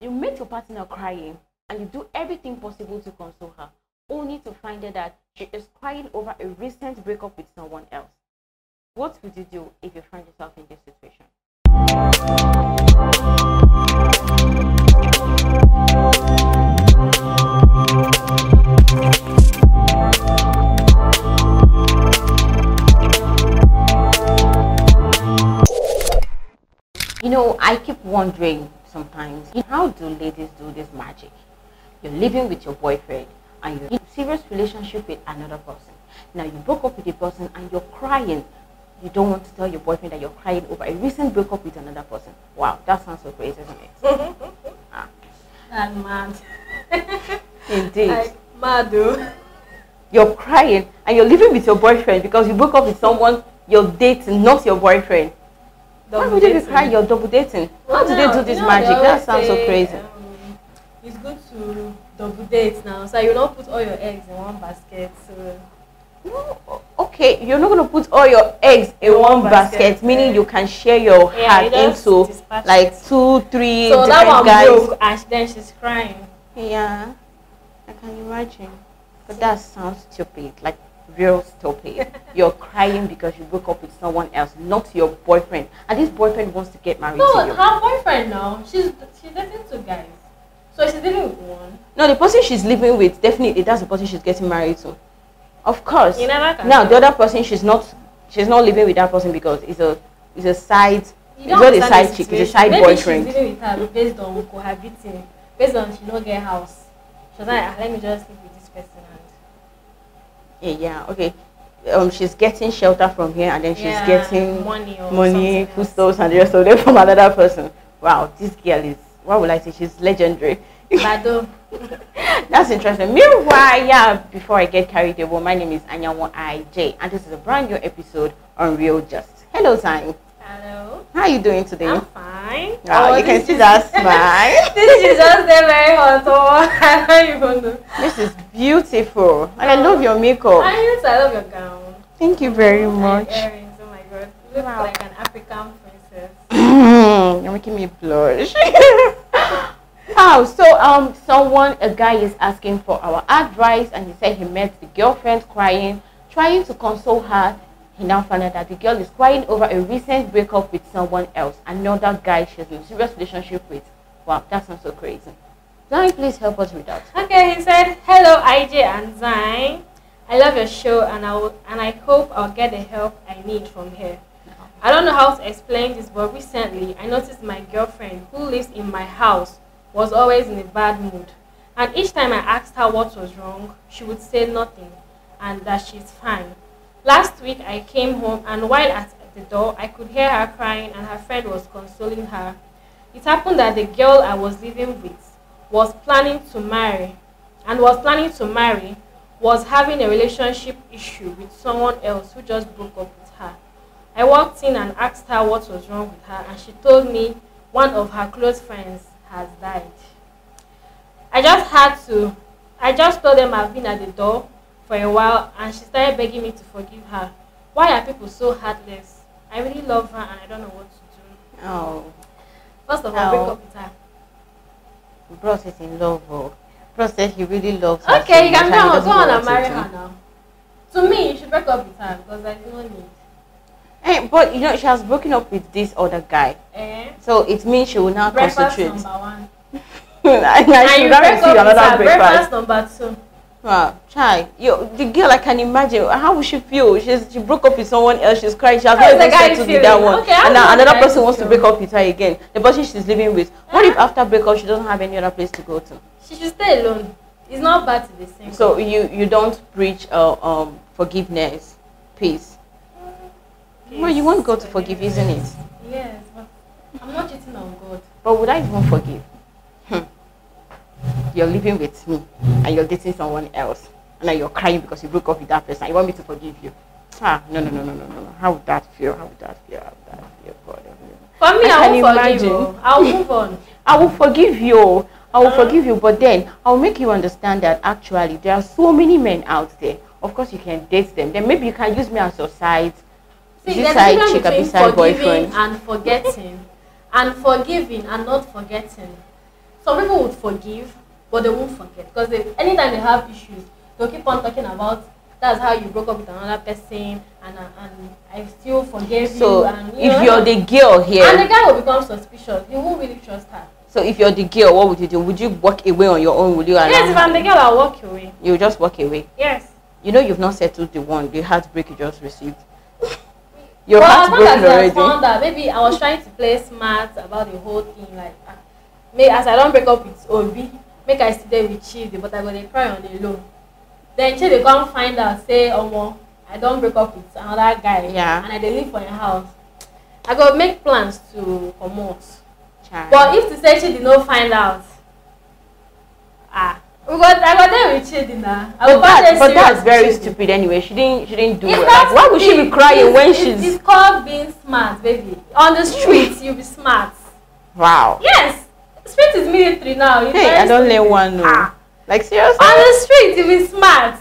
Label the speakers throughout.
Speaker 1: You make your partner crying and you do everything possible to console her, only to find out that she is crying over a recent breakup with someone else. What would you do if you find yourself in this situation? You know, I keep wondering sometimes how do ladies do this magic? You're living with your boyfriend and you're in a serious relationship with another person. Now you broke up with a person and you're crying. You don't want to tell your boyfriend that you're crying over a recent breakup with another person. Wow, that sounds so crazy, isn't it? ah,
Speaker 2: I'm mad.
Speaker 1: indeed.
Speaker 2: Like, mad oh. though.
Speaker 1: You're crying and you're living with your boyfriend because you broke up with someone you're dating, not your boyfriend. Why would you be crying? You're double dating. How do they do this magic? That sounds so crazy.
Speaker 2: Um, it's good to double date now, so you don't put all your eggs in one basket. So
Speaker 1: No, o- okay, you're not gonna put all your eggs in
Speaker 2: In
Speaker 1: one,
Speaker 2: one
Speaker 1: basket,
Speaker 2: basket,
Speaker 1: meaning
Speaker 2: yeah.
Speaker 1: you can share your
Speaker 2: Yeah, you
Speaker 1: heart
Speaker 2: just
Speaker 1: into
Speaker 2: dispatch
Speaker 1: like
Speaker 2: it.
Speaker 1: two, three
Speaker 2: so that
Speaker 1: different
Speaker 2: one
Speaker 1: guys.
Speaker 2: broke, and sh- then she's crying.
Speaker 1: Yeah, I can imagine. But that sounds stupid, like real stupid. you're crying because you broke up with someone else, not your boyfriend, and this boyfriend wants to get married to
Speaker 2: No,
Speaker 1: you.
Speaker 2: her boyfriend now. She's she's dating two guys, so she's dealing with one.
Speaker 1: No, the person she's living with definitely that's the person she's getting married to. Of course.
Speaker 2: You never can
Speaker 1: Now the
Speaker 2: tell.
Speaker 1: other person she's not she's not living with that person because it's a it's a side
Speaker 2: You
Speaker 1: it's
Speaker 2: don't
Speaker 1: not a side
Speaker 2: understand the
Speaker 1: chick, it's a
Speaker 2: situation.
Speaker 1: side
Speaker 2: Maybe
Speaker 1: boyfriend.
Speaker 2: she's dealing with her based on cohabiting, based on she no get house. She's like, ah, let me just sleep with this person and.
Speaker 1: Yeah, eh, yeah, okay. Um, she's getting shelter from here and then she's
Speaker 2: Yeah,
Speaker 1: getting
Speaker 2: money or
Speaker 1: money,
Speaker 2: something else.
Speaker 1: foodstuffs and the rest of them from another person. Wow, this girl is what would I say? She's legendary.
Speaker 2: Bado.
Speaker 1: That's interesting. Meanwhile, yeah, before I get carried away, my name is Anyanwo IJ and this is a brand new episode on Real Just. Hello time.
Speaker 2: Hello.
Speaker 1: How are you doing today?
Speaker 2: I'm fine. Oh,
Speaker 1: Wow, Ah, you can
Speaker 2: this
Speaker 1: see
Speaker 2: is-
Speaker 1: that smile.
Speaker 2: This is just the very hot one. I don't even know.
Speaker 1: This is beautiful. And I love your makeup.
Speaker 2: I used I love your gown.
Speaker 1: Thank you Oh. very
Speaker 2: And
Speaker 1: much.
Speaker 2: Earrings. Oh my god. You look
Speaker 1: Wow.
Speaker 2: like an African princess.
Speaker 1: You're making me blush. oh, so um, someone, a guy is asking for our advice, and he said he met the girlfriend crying, trying to console her. He now found out that the girl is crying over a recent breakup with someone else, another guy she's in a serious relationship with. Wow, that sounds so crazy. Zion, please help us with that.
Speaker 2: Okay, he said, Hello IJ and Zine. I love your show and I will, and I hope I'll get the help I need from here. I don't know how to explain this, but recently I noticed my girlfriend who lives in my house was always in a bad mood. And each time I asked her what was wrong, she would say nothing and that she's fine. Last week I came home and while at the door I could hear her crying and her friend was consoling her. It happened that the girl I was living with was planning to marry and was planning to marry was having a relationship issue with someone else who just broke up with her. I walked in and asked her what was wrong with her and she told me one of her close friends has died. I just had to I just told them I've been at the door for a while and she started begging me to forgive her. Why are people so heartless? I really love her and I don't know what to do.
Speaker 1: Oh,
Speaker 2: First of all, break
Speaker 1: Oh.
Speaker 2: up with her.
Speaker 1: Bro is in love. Oh, Bro said he really loves her. so
Speaker 2: Okay, you can
Speaker 1: much and he
Speaker 2: now go
Speaker 1: Oh. doesn't know what
Speaker 2: on and
Speaker 1: to
Speaker 2: marry
Speaker 1: do.
Speaker 2: her now. To me, you should break up with her because there's no need.
Speaker 1: Eh, but you know, she has broken up with this other guy.
Speaker 2: Eh?
Speaker 1: So it means she will now
Speaker 2: Breakfast
Speaker 1: concentrate.
Speaker 2: number one.
Speaker 1: and I
Speaker 2: and
Speaker 1: should
Speaker 2: you
Speaker 1: not
Speaker 2: break
Speaker 1: receive
Speaker 2: up with
Speaker 1: another
Speaker 2: her.
Speaker 1: breakfast.
Speaker 2: Breakfast number two.
Speaker 1: Wow, chai. Yo, the girl, I can imagine. How would she feel? She's, she broke up with someone else. She's crying. She has
Speaker 2: How
Speaker 1: not
Speaker 2: is the
Speaker 1: even
Speaker 2: guy
Speaker 1: settled with that
Speaker 2: feeling?
Speaker 1: one.
Speaker 2: Okay, how
Speaker 1: and now
Speaker 2: does the
Speaker 1: another
Speaker 2: guy
Speaker 1: person wants to
Speaker 2: feel?
Speaker 1: break up with her again. The person she's living with. What if
Speaker 2: Uh-huh.
Speaker 1: after breakup she doesn't have any other place to go to?
Speaker 2: She should stay alone. It's not bad to be single.
Speaker 1: So you you don't preach uh, um forgiveness, peace. Well, you want God to forgive, isn't it?
Speaker 2: Yes, but I'm not cheating on God.
Speaker 1: But would I even forgive? Hmm. You're living with me and you're dating someone else. And now you're crying because you broke up with that person. You want me to forgive you? Ah, no, no, no, no, no, no. no. How would that feel? How would that feel? How would that feel? God, help me.
Speaker 2: For me,
Speaker 1: I
Speaker 2: I,
Speaker 1: can
Speaker 2: won't forgive.
Speaker 1: imagine.
Speaker 2: you. I'll move on.
Speaker 1: I will forgive you. I will
Speaker 2: Uh-huh.
Speaker 1: forgive you. But then I'll make you understand that actually there are so many men out there. Of course, you can date them. Then maybe you can use me as your side.
Speaker 2: See,
Speaker 1: this
Speaker 2: there's
Speaker 1: side
Speaker 2: a difference
Speaker 1: chick, I
Speaker 2: between
Speaker 1: this side
Speaker 2: forgiving
Speaker 1: boyfriend.
Speaker 2: and forgetting, and forgiving and not forgetting. Some people would forgive, but they won't forget because they, anytime they have issues, they'll keep on talking about that's how you broke up with another person, and uh, and I still forgave
Speaker 1: So
Speaker 2: you. And, you
Speaker 1: if
Speaker 2: know,
Speaker 1: you're the girl
Speaker 2: and the
Speaker 1: here,
Speaker 2: guy will become suspicious. He won't really trust her.
Speaker 1: so if you're the girl, what would you do? Would you walk away on your own? Would you?
Speaker 2: Yes, if I'm the girl, I'll walk away.
Speaker 1: You just walk away.
Speaker 2: Yes.
Speaker 1: You know you've not settled the one the heartbreak you just received. Your
Speaker 2: well,
Speaker 1: heart's
Speaker 2: as long as
Speaker 1: broken
Speaker 2: he has
Speaker 1: already.
Speaker 2: found out, maybe I was trying to play smart about the whole thing. Like, ah, may as I don't break up with Obi, make I sit there with Chidi, but I go dey cry on the low. Then Chidi come find out, say, Omo, I don't break up with another guy.
Speaker 1: Yeah.
Speaker 2: And I dey live for your house. I go make plans to comot.
Speaker 1: Child.
Speaker 2: But if to say Chidi no find out, ah, we go, I go there with Chidi now. I
Speaker 1: but,
Speaker 2: go come
Speaker 1: that,
Speaker 2: dey
Speaker 1: but
Speaker 2: serious
Speaker 1: that's
Speaker 2: with
Speaker 1: very
Speaker 2: Chidi.
Speaker 1: stupid anyway. She didn't she didn't do
Speaker 2: It's
Speaker 1: it.
Speaker 2: not
Speaker 1: Like, why would she be
Speaker 2: stupid.
Speaker 1: crying
Speaker 2: It's-
Speaker 1: when
Speaker 2: it's,
Speaker 1: she's
Speaker 2: It's called being smart, baby. On the street, you be smart.
Speaker 1: wow?
Speaker 2: Yes, street is military now. You
Speaker 1: Hey,
Speaker 2: very
Speaker 1: I don't
Speaker 2: stupid.
Speaker 1: let one know.
Speaker 2: Ah.
Speaker 1: Like seriously?
Speaker 2: On the street, you be smart.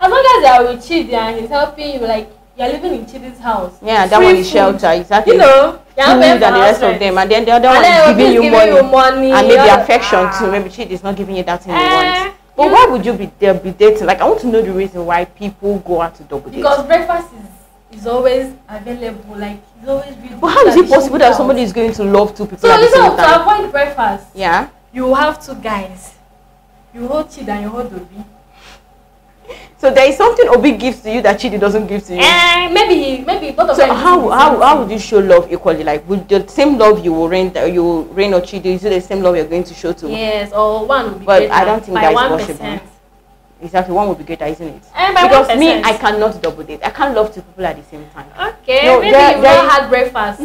Speaker 2: As long as you are with Chidi and he's helping you, like you're living in Chidi's house.
Speaker 1: yeah, that
Speaker 2: Free
Speaker 1: one is
Speaker 2: food.
Speaker 1: shelter. Exactly.
Speaker 2: You know, you're
Speaker 1: food
Speaker 2: not
Speaker 1: and
Speaker 2: paying for
Speaker 1: the
Speaker 2: house
Speaker 1: rest
Speaker 2: rent.
Speaker 1: of them, and then the other
Speaker 2: And
Speaker 1: one
Speaker 2: then
Speaker 1: is
Speaker 2: Obi
Speaker 1: giving you money,
Speaker 2: you money
Speaker 1: and maybe
Speaker 2: all-
Speaker 1: affection
Speaker 2: ah.
Speaker 1: too. Maybe she is not giving you that thing
Speaker 2: Eh,
Speaker 1: you want. But
Speaker 2: you-
Speaker 1: why would you be there be dating? Like I want to know the reason why people go out to double date.
Speaker 2: Because breakfast is is always available. Like it's always.
Speaker 1: But how is it
Speaker 2: available.
Speaker 1: possible that somebody is going to love two people
Speaker 2: So
Speaker 1: at the
Speaker 2: instead
Speaker 1: same
Speaker 2: of
Speaker 1: time?
Speaker 2: to avoid breakfast.
Speaker 1: Yeah.
Speaker 2: you have two guys you hold chid and you hold obi.
Speaker 1: So there is something Obi gives to you that Chidi doesn't give to you.
Speaker 2: Eh, maybe he maybe both of
Speaker 1: so
Speaker 2: them.
Speaker 1: how how how would you show love equally? Like would the same love you will rain that you will rain or Chidi is it the same love you're going to show to?
Speaker 2: yes or one will be
Speaker 1: But
Speaker 2: greater
Speaker 1: I don't think
Speaker 2: by
Speaker 1: that is
Speaker 2: one
Speaker 1: possible.
Speaker 2: percent.
Speaker 1: Exactly, one would be greater, isn't it?
Speaker 2: Eh, by
Speaker 1: because
Speaker 2: one
Speaker 1: me,
Speaker 2: percent.
Speaker 1: I cannot double date. I can't love two people at the same time.
Speaker 2: okay
Speaker 1: No,
Speaker 2: maybe
Speaker 1: there-
Speaker 2: you
Speaker 1: there
Speaker 2: don
Speaker 1: is-
Speaker 2: had breakfast.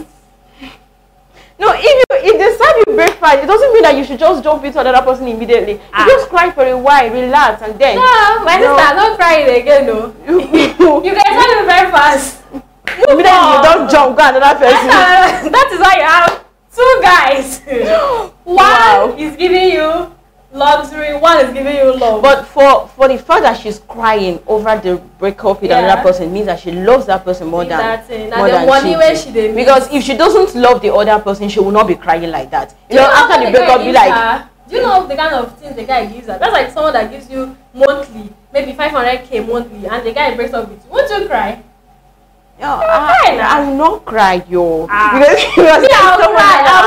Speaker 1: No, if you if they serve you breakfast, it doesn't mean that you should just jump into another person immediately.
Speaker 2: Ah.
Speaker 1: You just cry for a while, relax, and then
Speaker 2: no my
Speaker 1: No.
Speaker 2: sister no cry it again o.
Speaker 1: you you,
Speaker 2: you guys had me breakfast.
Speaker 1: immediately you don't jump go another person.
Speaker 2: that that is why you have two guys. one
Speaker 1: Wow.
Speaker 2: is giving you luxury one is giving you love.
Speaker 1: But for for the fact that she's crying over the breakup with
Speaker 2: Yeah.
Speaker 1: another person means that she loves that person more
Speaker 2: See
Speaker 1: than
Speaker 2: that thing, na
Speaker 1: more
Speaker 2: the
Speaker 1: than
Speaker 2: money wey
Speaker 1: did.
Speaker 2: she dey make.
Speaker 1: Because if she doesn't love the other person, she will not be crying like that. You
Speaker 2: Do
Speaker 1: know,
Speaker 2: how
Speaker 1: after the
Speaker 2: the guy
Speaker 1: breakup, be
Speaker 2: gives
Speaker 1: like,
Speaker 2: her- do you know the kind of things the guy gives her? That's like someone that gives you monthly, maybe 500k monthly, and the guy breaks up with you. Won't you cry?
Speaker 1: no,
Speaker 2: cry
Speaker 1: I,
Speaker 2: now.
Speaker 1: I will not cry, yo.
Speaker 2: Ah.
Speaker 1: Because you are
Speaker 2: Me, I'll
Speaker 1: someone
Speaker 2: cry.
Speaker 1: like,
Speaker 2: I'll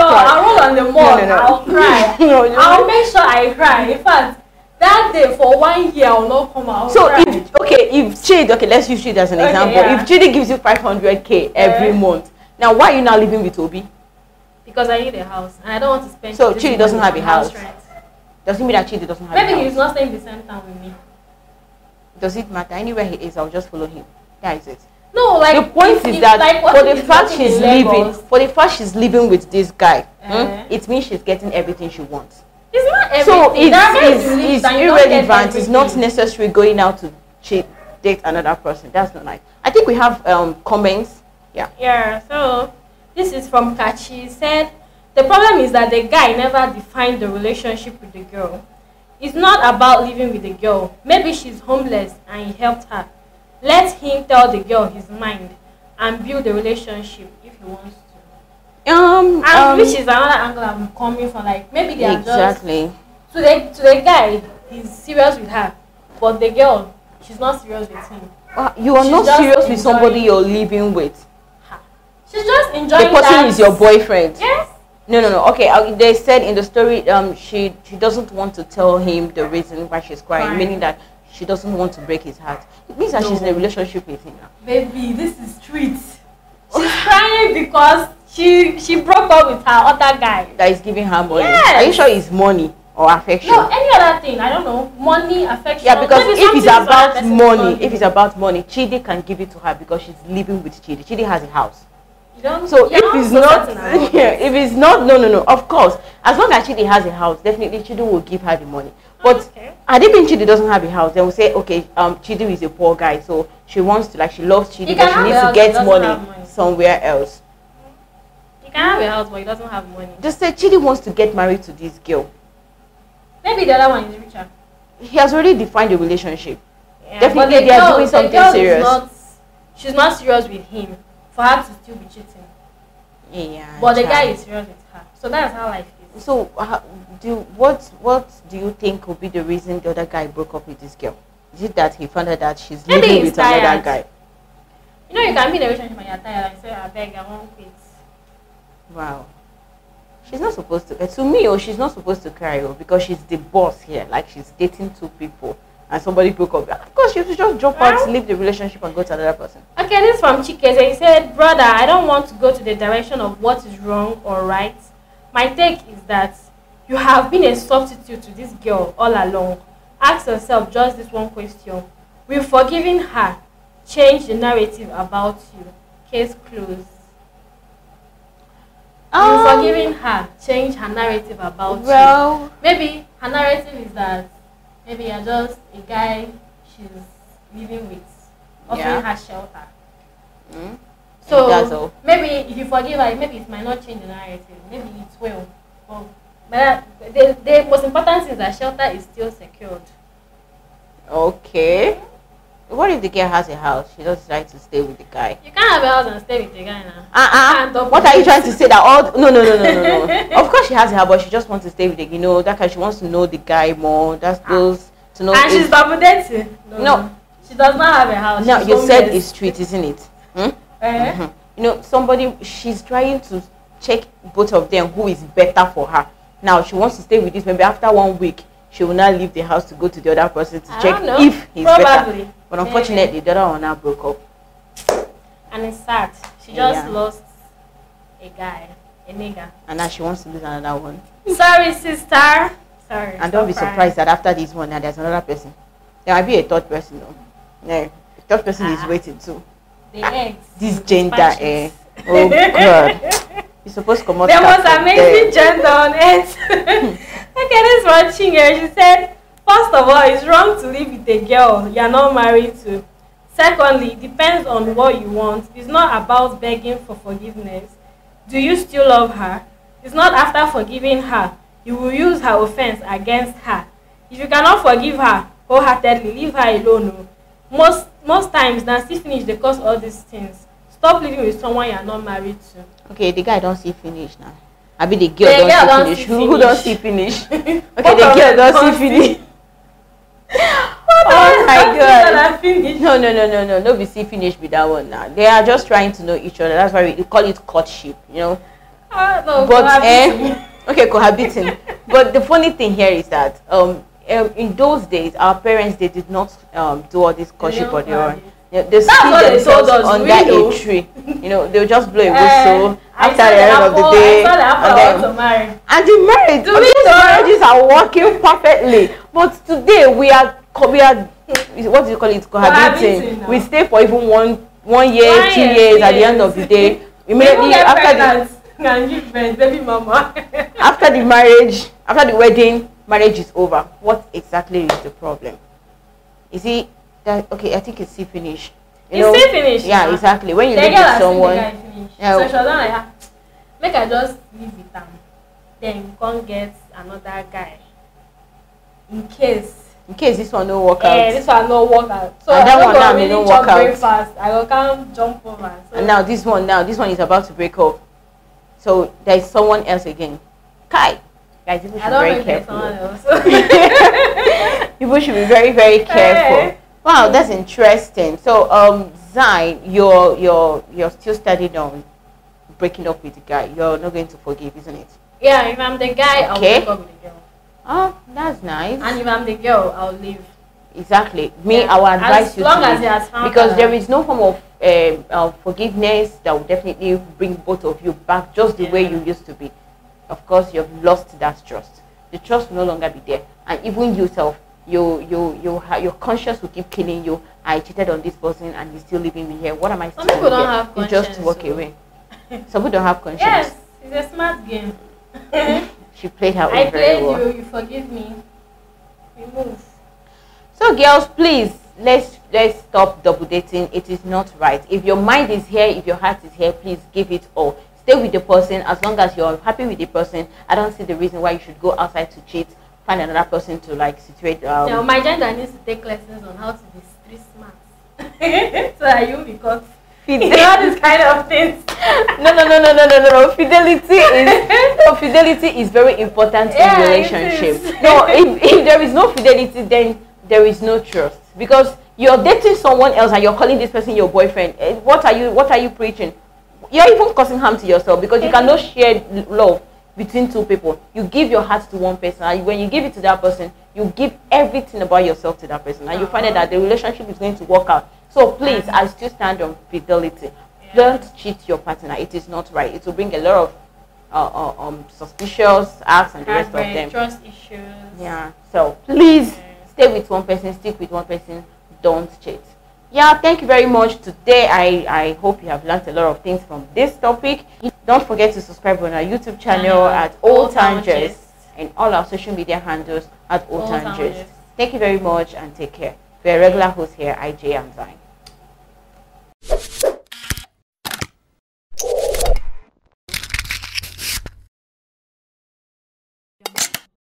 Speaker 1: no, won't
Speaker 2: on the floor.
Speaker 1: cry.
Speaker 2: I'll roll on the
Speaker 1: No,
Speaker 2: mall.
Speaker 1: no, no.
Speaker 2: I'll cry.
Speaker 1: No, you
Speaker 2: I'll
Speaker 1: won't.
Speaker 2: make sure I cry. In fact, that day for one year, I'll not come out. I'll
Speaker 1: So
Speaker 2: cry.
Speaker 1: if okay, if Chidi, okay, let's use Chidi as an
Speaker 2: Oh, Okay,
Speaker 1: example.
Speaker 2: yeah.
Speaker 1: If Chidi gives you 500k every
Speaker 2: Yeah.
Speaker 1: month, now why are you now living with Obi?
Speaker 2: because I need a house and I don't want to spend.
Speaker 1: So,
Speaker 2: this
Speaker 1: Chidi doesn't have a
Speaker 2: money on
Speaker 1: house.
Speaker 2: rent.
Speaker 1: Does it mean that Chidi doesn't have? a
Speaker 2: Maybe
Speaker 1: house?
Speaker 2: he's not staying in the same town with me.
Speaker 1: Does it matter? Anywhere he is, I'll just follow him. That is it.
Speaker 2: No, like
Speaker 1: the point
Speaker 2: if-
Speaker 1: is
Speaker 2: if,
Speaker 1: that
Speaker 2: like, what
Speaker 1: for
Speaker 2: if
Speaker 1: the
Speaker 2: he's
Speaker 1: fact
Speaker 2: working in
Speaker 1: she's
Speaker 2: Lagos?
Speaker 1: living, for the fact she's living with this guy, hmm,
Speaker 2: Eh.
Speaker 1: it means she's getting everything she wants.
Speaker 2: It's not everything.
Speaker 1: So
Speaker 2: There are guys
Speaker 1: it's,
Speaker 2: who live
Speaker 1: it's, it's
Speaker 2: that you don't get
Speaker 1: irrelevant. It's not
Speaker 2: everything.
Speaker 1: necessary going out to cheat, date another person. That's not nice. I think we have um, comments. Yeah.
Speaker 2: Yeah, so this is from Kachi. He said, The problem is that the guy never defined the relationship with the girl. It's not about living with the girl. Maybe she's homeless and he helped her. Let him tell the girl his mind and build the relationship if he wants to.
Speaker 1: Um.
Speaker 2: And
Speaker 1: um,
Speaker 2: which is another angle I'm coming from. Like, maybe they are just.
Speaker 1: exactly.
Speaker 2: To the, to the guy, he's serious with her, but the girl, she's not serious with him.
Speaker 1: Uh, you are
Speaker 2: She's
Speaker 1: not
Speaker 2: just
Speaker 1: serious with somebody
Speaker 2: enjoying-
Speaker 1: you're living with.
Speaker 2: She's just
Speaker 1: The
Speaker 2: enjoying
Speaker 1: person
Speaker 2: that.
Speaker 1: is your boyfriend.
Speaker 2: Yes.
Speaker 1: No, no, no. Okay, uh, they said in the story, um, she she doesn't want to tell him the reason why she's crying,
Speaker 2: Crying.
Speaker 1: meaning that she doesn't want to break his heart. It means that she's in a
Speaker 2: No.
Speaker 1: relationship with him now.
Speaker 2: baby this is street she's crying because she she broke up with her other guy
Speaker 1: That is giving her money.
Speaker 2: Yes.
Speaker 1: Are you sure it's money or affection?
Speaker 2: no any other thing i don't know money affection
Speaker 1: yeah, because
Speaker 2: maybe
Speaker 1: if it's
Speaker 2: something is another
Speaker 1: about
Speaker 2: person's
Speaker 1: money, if
Speaker 2: problem.
Speaker 1: it's about money, Chidi can give it to her because she's living with Chidi. Chidi has a house.
Speaker 2: you don't,
Speaker 1: So
Speaker 2: you're
Speaker 1: if it's
Speaker 2: so
Speaker 1: not,
Speaker 2: certain about
Speaker 1: yeah,
Speaker 2: it.
Speaker 1: if it's not, no, no, no. Of course, as long as Chidi has a house, definitely Chidi will give her the money. But
Speaker 2: okay.
Speaker 1: had it been Chidi doesn't have a house, then we'll say, okay, um, Chidi is a poor guy, so she wants to like she loves
Speaker 2: You
Speaker 1: Chidi,
Speaker 2: can
Speaker 1: but she
Speaker 2: have
Speaker 1: needs
Speaker 2: a
Speaker 1: to
Speaker 2: house that
Speaker 1: get
Speaker 2: doesn't
Speaker 1: money,
Speaker 2: have money.
Speaker 1: somewhere else.
Speaker 2: you can have a house but he doesn't have money
Speaker 1: Just say Chidi wants to get married to this girl.
Speaker 2: maybe the other one is richer
Speaker 1: He has already defined a relationship.
Speaker 2: yeah,
Speaker 1: Definitely
Speaker 2: but the
Speaker 1: they are
Speaker 2: girl-
Speaker 1: doing
Speaker 2: the
Speaker 1: something
Speaker 2: girl is
Speaker 1: serious.
Speaker 2: not, she's not serious with him for her to still be cheating
Speaker 1: Yeah.
Speaker 2: but the
Speaker 1: child.
Speaker 2: guy is serious with her so that's how life is
Speaker 1: so how, do what what do you think would be the reason the other guy broke up with this girl? Is it that he found out that she's
Speaker 2: Maybe
Speaker 1: living
Speaker 2: he's
Speaker 1: with another
Speaker 2: tired.
Speaker 1: guy?
Speaker 2: You know, you can be in a relationship and you're tired and say, I beg, I won't quit.
Speaker 1: Wow. She's not supposed to. eh, To me, oh, she's not supposed to cry, oh, because she's the boss here. Like she's dating two people, and somebody broke up. Of course, you should just drop out,
Speaker 2: Well-
Speaker 1: leave the relationship, and go to another person.
Speaker 2: Okay, this is from Chike. So he said, Brother, I don't want to go to the direction of what is wrong or right. My take is that you have been a substitute to this girl all along. Ask yourself just this one question Will forgiving her change the narrative about you? Case closed. Will
Speaker 1: Um,
Speaker 2: forgiving her change her narrative about you?
Speaker 1: Well,
Speaker 2: maybe her narrative is that maybe you're just a guy she's living with, offering
Speaker 1: Yeah.
Speaker 2: her shelter.
Speaker 1: mm,
Speaker 2: So
Speaker 1: that's all.
Speaker 2: maybe if you forgive her, maybe it might not change the narrative. Maybe it will. But but the, the most important thing is that shelter is still secured.
Speaker 1: Okay. What if the girl has a house? She just decides to stay with the guy.
Speaker 2: You can't have a house and stay with a guy now.
Speaker 1: Uh-uh.
Speaker 2: And double
Speaker 1: What are you
Speaker 2: date.
Speaker 1: trying to say? That all? No, no, no, no, no, no. of course she has a house, but she just wants to stay with the. You know that kind. She wants to know the guy more. That's those to know.
Speaker 2: Ah. and she's
Speaker 1: his-
Speaker 2: double dating.
Speaker 1: No.
Speaker 2: She does not have a house.
Speaker 1: no,
Speaker 2: She's
Speaker 1: you said
Speaker 2: homeless.
Speaker 1: it's street, isn't it? Hmm?
Speaker 2: Eh?
Speaker 1: Mhm. you know somebody she's trying to check both of them who is better for her now she wants to stay with this maybe after one week she will now leave the house to go to the other person to
Speaker 2: I
Speaker 1: check
Speaker 2: don't know.
Speaker 1: if he's better
Speaker 2: Probably.
Speaker 1: but unfortunately the other one now broke up
Speaker 2: And it's sad. She just
Speaker 1: Yeah.
Speaker 2: lost a guy, a nigga.
Speaker 1: and now she wants to lose another one
Speaker 2: Sorry, sister. Sorry.
Speaker 1: and don't be surprised that after this one now there's another person there might be a third person though yeah the third person is
Speaker 2: Ah.
Speaker 1: waiting too
Speaker 2: The eggs.
Speaker 1: this gender eh
Speaker 2: Patches.
Speaker 1: oh god you're supposed to come out
Speaker 2: The most amazing gender on earth. okay, this one Chinyere. She said, first of all, it's wrong to live with a girl you're not married to. Secondly, it depends on what you want. It's not about begging for forgiveness. Do you still love her? It's not after forgiving her. You will use her offense against her. If you cannot forgive her wholeheartedly, leave her alone. oh. Most most times, Nancy finish dey cause all these things. Stop living with someone you are not married to.
Speaker 1: okay the guy don see finish now abi the girl
Speaker 2: The
Speaker 1: don
Speaker 2: girl
Speaker 1: see
Speaker 2: don
Speaker 1: finish
Speaker 2: see
Speaker 1: who who don see
Speaker 2: finish.
Speaker 1: finish okay
Speaker 2: Both
Speaker 1: the
Speaker 2: of
Speaker 1: girl
Speaker 2: them
Speaker 1: don
Speaker 2: don
Speaker 1: see
Speaker 2: see.
Speaker 1: finish oh my god no no no no no no be see finish be that one now they are just trying to know each other that's why we we call it courtship you know
Speaker 2: Ah,
Speaker 1: but eh okay cohabiting but the funny thing here is that um, um in those days our parents they did not um do all this courtship
Speaker 2: don't
Speaker 1: on their own
Speaker 2: cohabit.
Speaker 1: they, they
Speaker 2: That's
Speaker 1: see
Speaker 2: what they told
Speaker 1: themselves
Speaker 2: us, we
Speaker 1: under
Speaker 2: know.
Speaker 1: a tree you know they'll just blow a
Speaker 2: Eh,
Speaker 1: whistle
Speaker 2: I
Speaker 1: after
Speaker 2: saw
Speaker 1: the end of the
Speaker 2: apple-
Speaker 1: day
Speaker 2: I saw the
Speaker 1: and
Speaker 2: apple I
Speaker 1: then-
Speaker 2: want to marry.
Speaker 1: and the marriage
Speaker 2: Do
Speaker 1: all
Speaker 2: we
Speaker 1: these
Speaker 2: know?
Speaker 1: marriages are working perfectly but today we are co- we are what do you call it
Speaker 2: Cohabiting
Speaker 1: cohabiting
Speaker 2: now.
Speaker 1: we stay for even one one year
Speaker 2: One
Speaker 1: two
Speaker 2: year,
Speaker 1: years at the
Speaker 2: yes.
Speaker 1: end of the day
Speaker 2: People
Speaker 1: immediately
Speaker 2: get
Speaker 1: after the
Speaker 2: pregnant and give birth, baby mama.
Speaker 1: after the marriage after the wedding marriage is over what exactly is the problem you see that okay i think it's see finish you
Speaker 2: It's
Speaker 1: know
Speaker 2: see finish
Speaker 1: yeah
Speaker 2: now.
Speaker 1: exactly when you
Speaker 2: The
Speaker 1: live
Speaker 2: girl
Speaker 1: with
Speaker 2: has seen
Speaker 1: someone
Speaker 2: the guy finish.
Speaker 1: Yeah. oh.
Speaker 2: So she was done like, "Ah, make I just leave with am, then come get another guy in case
Speaker 1: in case this one no work out
Speaker 2: eh, this one no work out. So
Speaker 1: And
Speaker 2: I
Speaker 1: that
Speaker 2: no
Speaker 1: one
Speaker 2: go
Speaker 1: now may
Speaker 2: really
Speaker 1: no
Speaker 2: chop
Speaker 1: work out.
Speaker 2: breakfast. I go come jump over. So
Speaker 1: and now this one now this one is about to break up so there is someone else again kai guys people
Speaker 2: I
Speaker 1: should be
Speaker 2: don't
Speaker 1: very
Speaker 2: make it someone
Speaker 1: careful
Speaker 2: else.
Speaker 1: people should be very very careful
Speaker 2: Hey.
Speaker 1: wow that's interesting so um zai you're you're you're still studying on breaking up with the guy you're not going to forgive isn't it
Speaker 2: yeah, if I'm the guy, I'll
Speaker 1: Okay.
Speaker 2: break up with the girl.
Speaker 1: oh that's nice
Speaker 2: And if I'm the girl, I'll leave.
Speaker 1: exactly me
Speaker 2: Yeah.
Speaker 1: i will advise
Speaker 2: as
Speaker 1: you
Speaker 2: long
Speaker 1: to
Speaker 2: as
Speaker 1: leave.
Speaker 2: he has found
Speaker 1: because
Speaker 2: her.
Speaker 1: there is no form of um, uh, forgiveness that will definitely bring both of you back just the way
Speaker 2: Yeah.
Speaker 1: you used to be. Of course, you've lost that trust. The trust will no longer be there, and even yourself, you you you ha- your conscience will keep killing you. I cheated on this person, and he's still leaving me here. What am I?
Speaker 2: Some
Speaker 1: still
Speaker 2: people
Speaker 1: doing
Speaker 2: don't
Speaker 1: here?
Speaker 2: have
Speaker 1: You just
Speaker 2: conscience,
Speaker 1: walk
Speaker 2: so-
Speaker 1: away. Some people don't have conscience.
Speaker 2: Yes, it's a smart game.
Speaker 1: She played her
Speaker 2: I
Speaker 1: own
Speaker 2: played
Speaker 1: very well.
Speaker 2: you, you forgive me. We move.
Speaker 1: So, girls, please let's let's stop double dating. It is not right. If your mind is here, if your heart is here, please give it all. Stay with the person as long as you're happy with the person. I don't see the reason why you should go outside to cheat, find another person to like situate. Um,
Speaker 2: now, my gender needs to take lessons on how to be street smart. so that you won't be caught You know this kind of things.
Speaker 1: no, no, no, no, no, no, no. Fidelity is no, fidelity is very important
Speaker 2: Yeah,
Speaker 1: in
Speaker 2: it
Speaker 1: relationship.
Speaker 2: is.
Speaker 1: No, if, if there is no fidelity, then there is no trust because you're dating someone else and you're calling this person your boyfriend. Eh, What are you? What are you preaching? You're even causing harm to yourself because you cannot share l- love between two people. You give your heart to one person, and when you give it to that person, you give everything about yourself to that person, and you
Speaker 2: Uh-huh.
Speaker 1: find out that the relationship is going to work out. So please, I still stand on fidelity. Don't cheat your partner. It is not right. It will bring a lot of uh, uh, um, suspicious acts and the rest of
Speaker 2: Heartbreak,
Speaker 1: them.
Speaker 2: trust issues.
Speaker 1: Yeah. So please
Speaker 2: Yes.
Speaker 1: stay with one person, stick with one person, don't cheat. Yeah, thank you very much. Today I, I hope you have learned a lot of things from this topic. Don't forget to subscribe on our YouTube channel at Old Town Jess and all our social media handles at Old
Speaker 2: Old
Speaker 1: Town
Speaker 2: Town
Speaker 1: Jess.
Speaker 2: Jess.
Speaker 1: Thank you very much and take care. We're regular hosts here, IJ and Vine.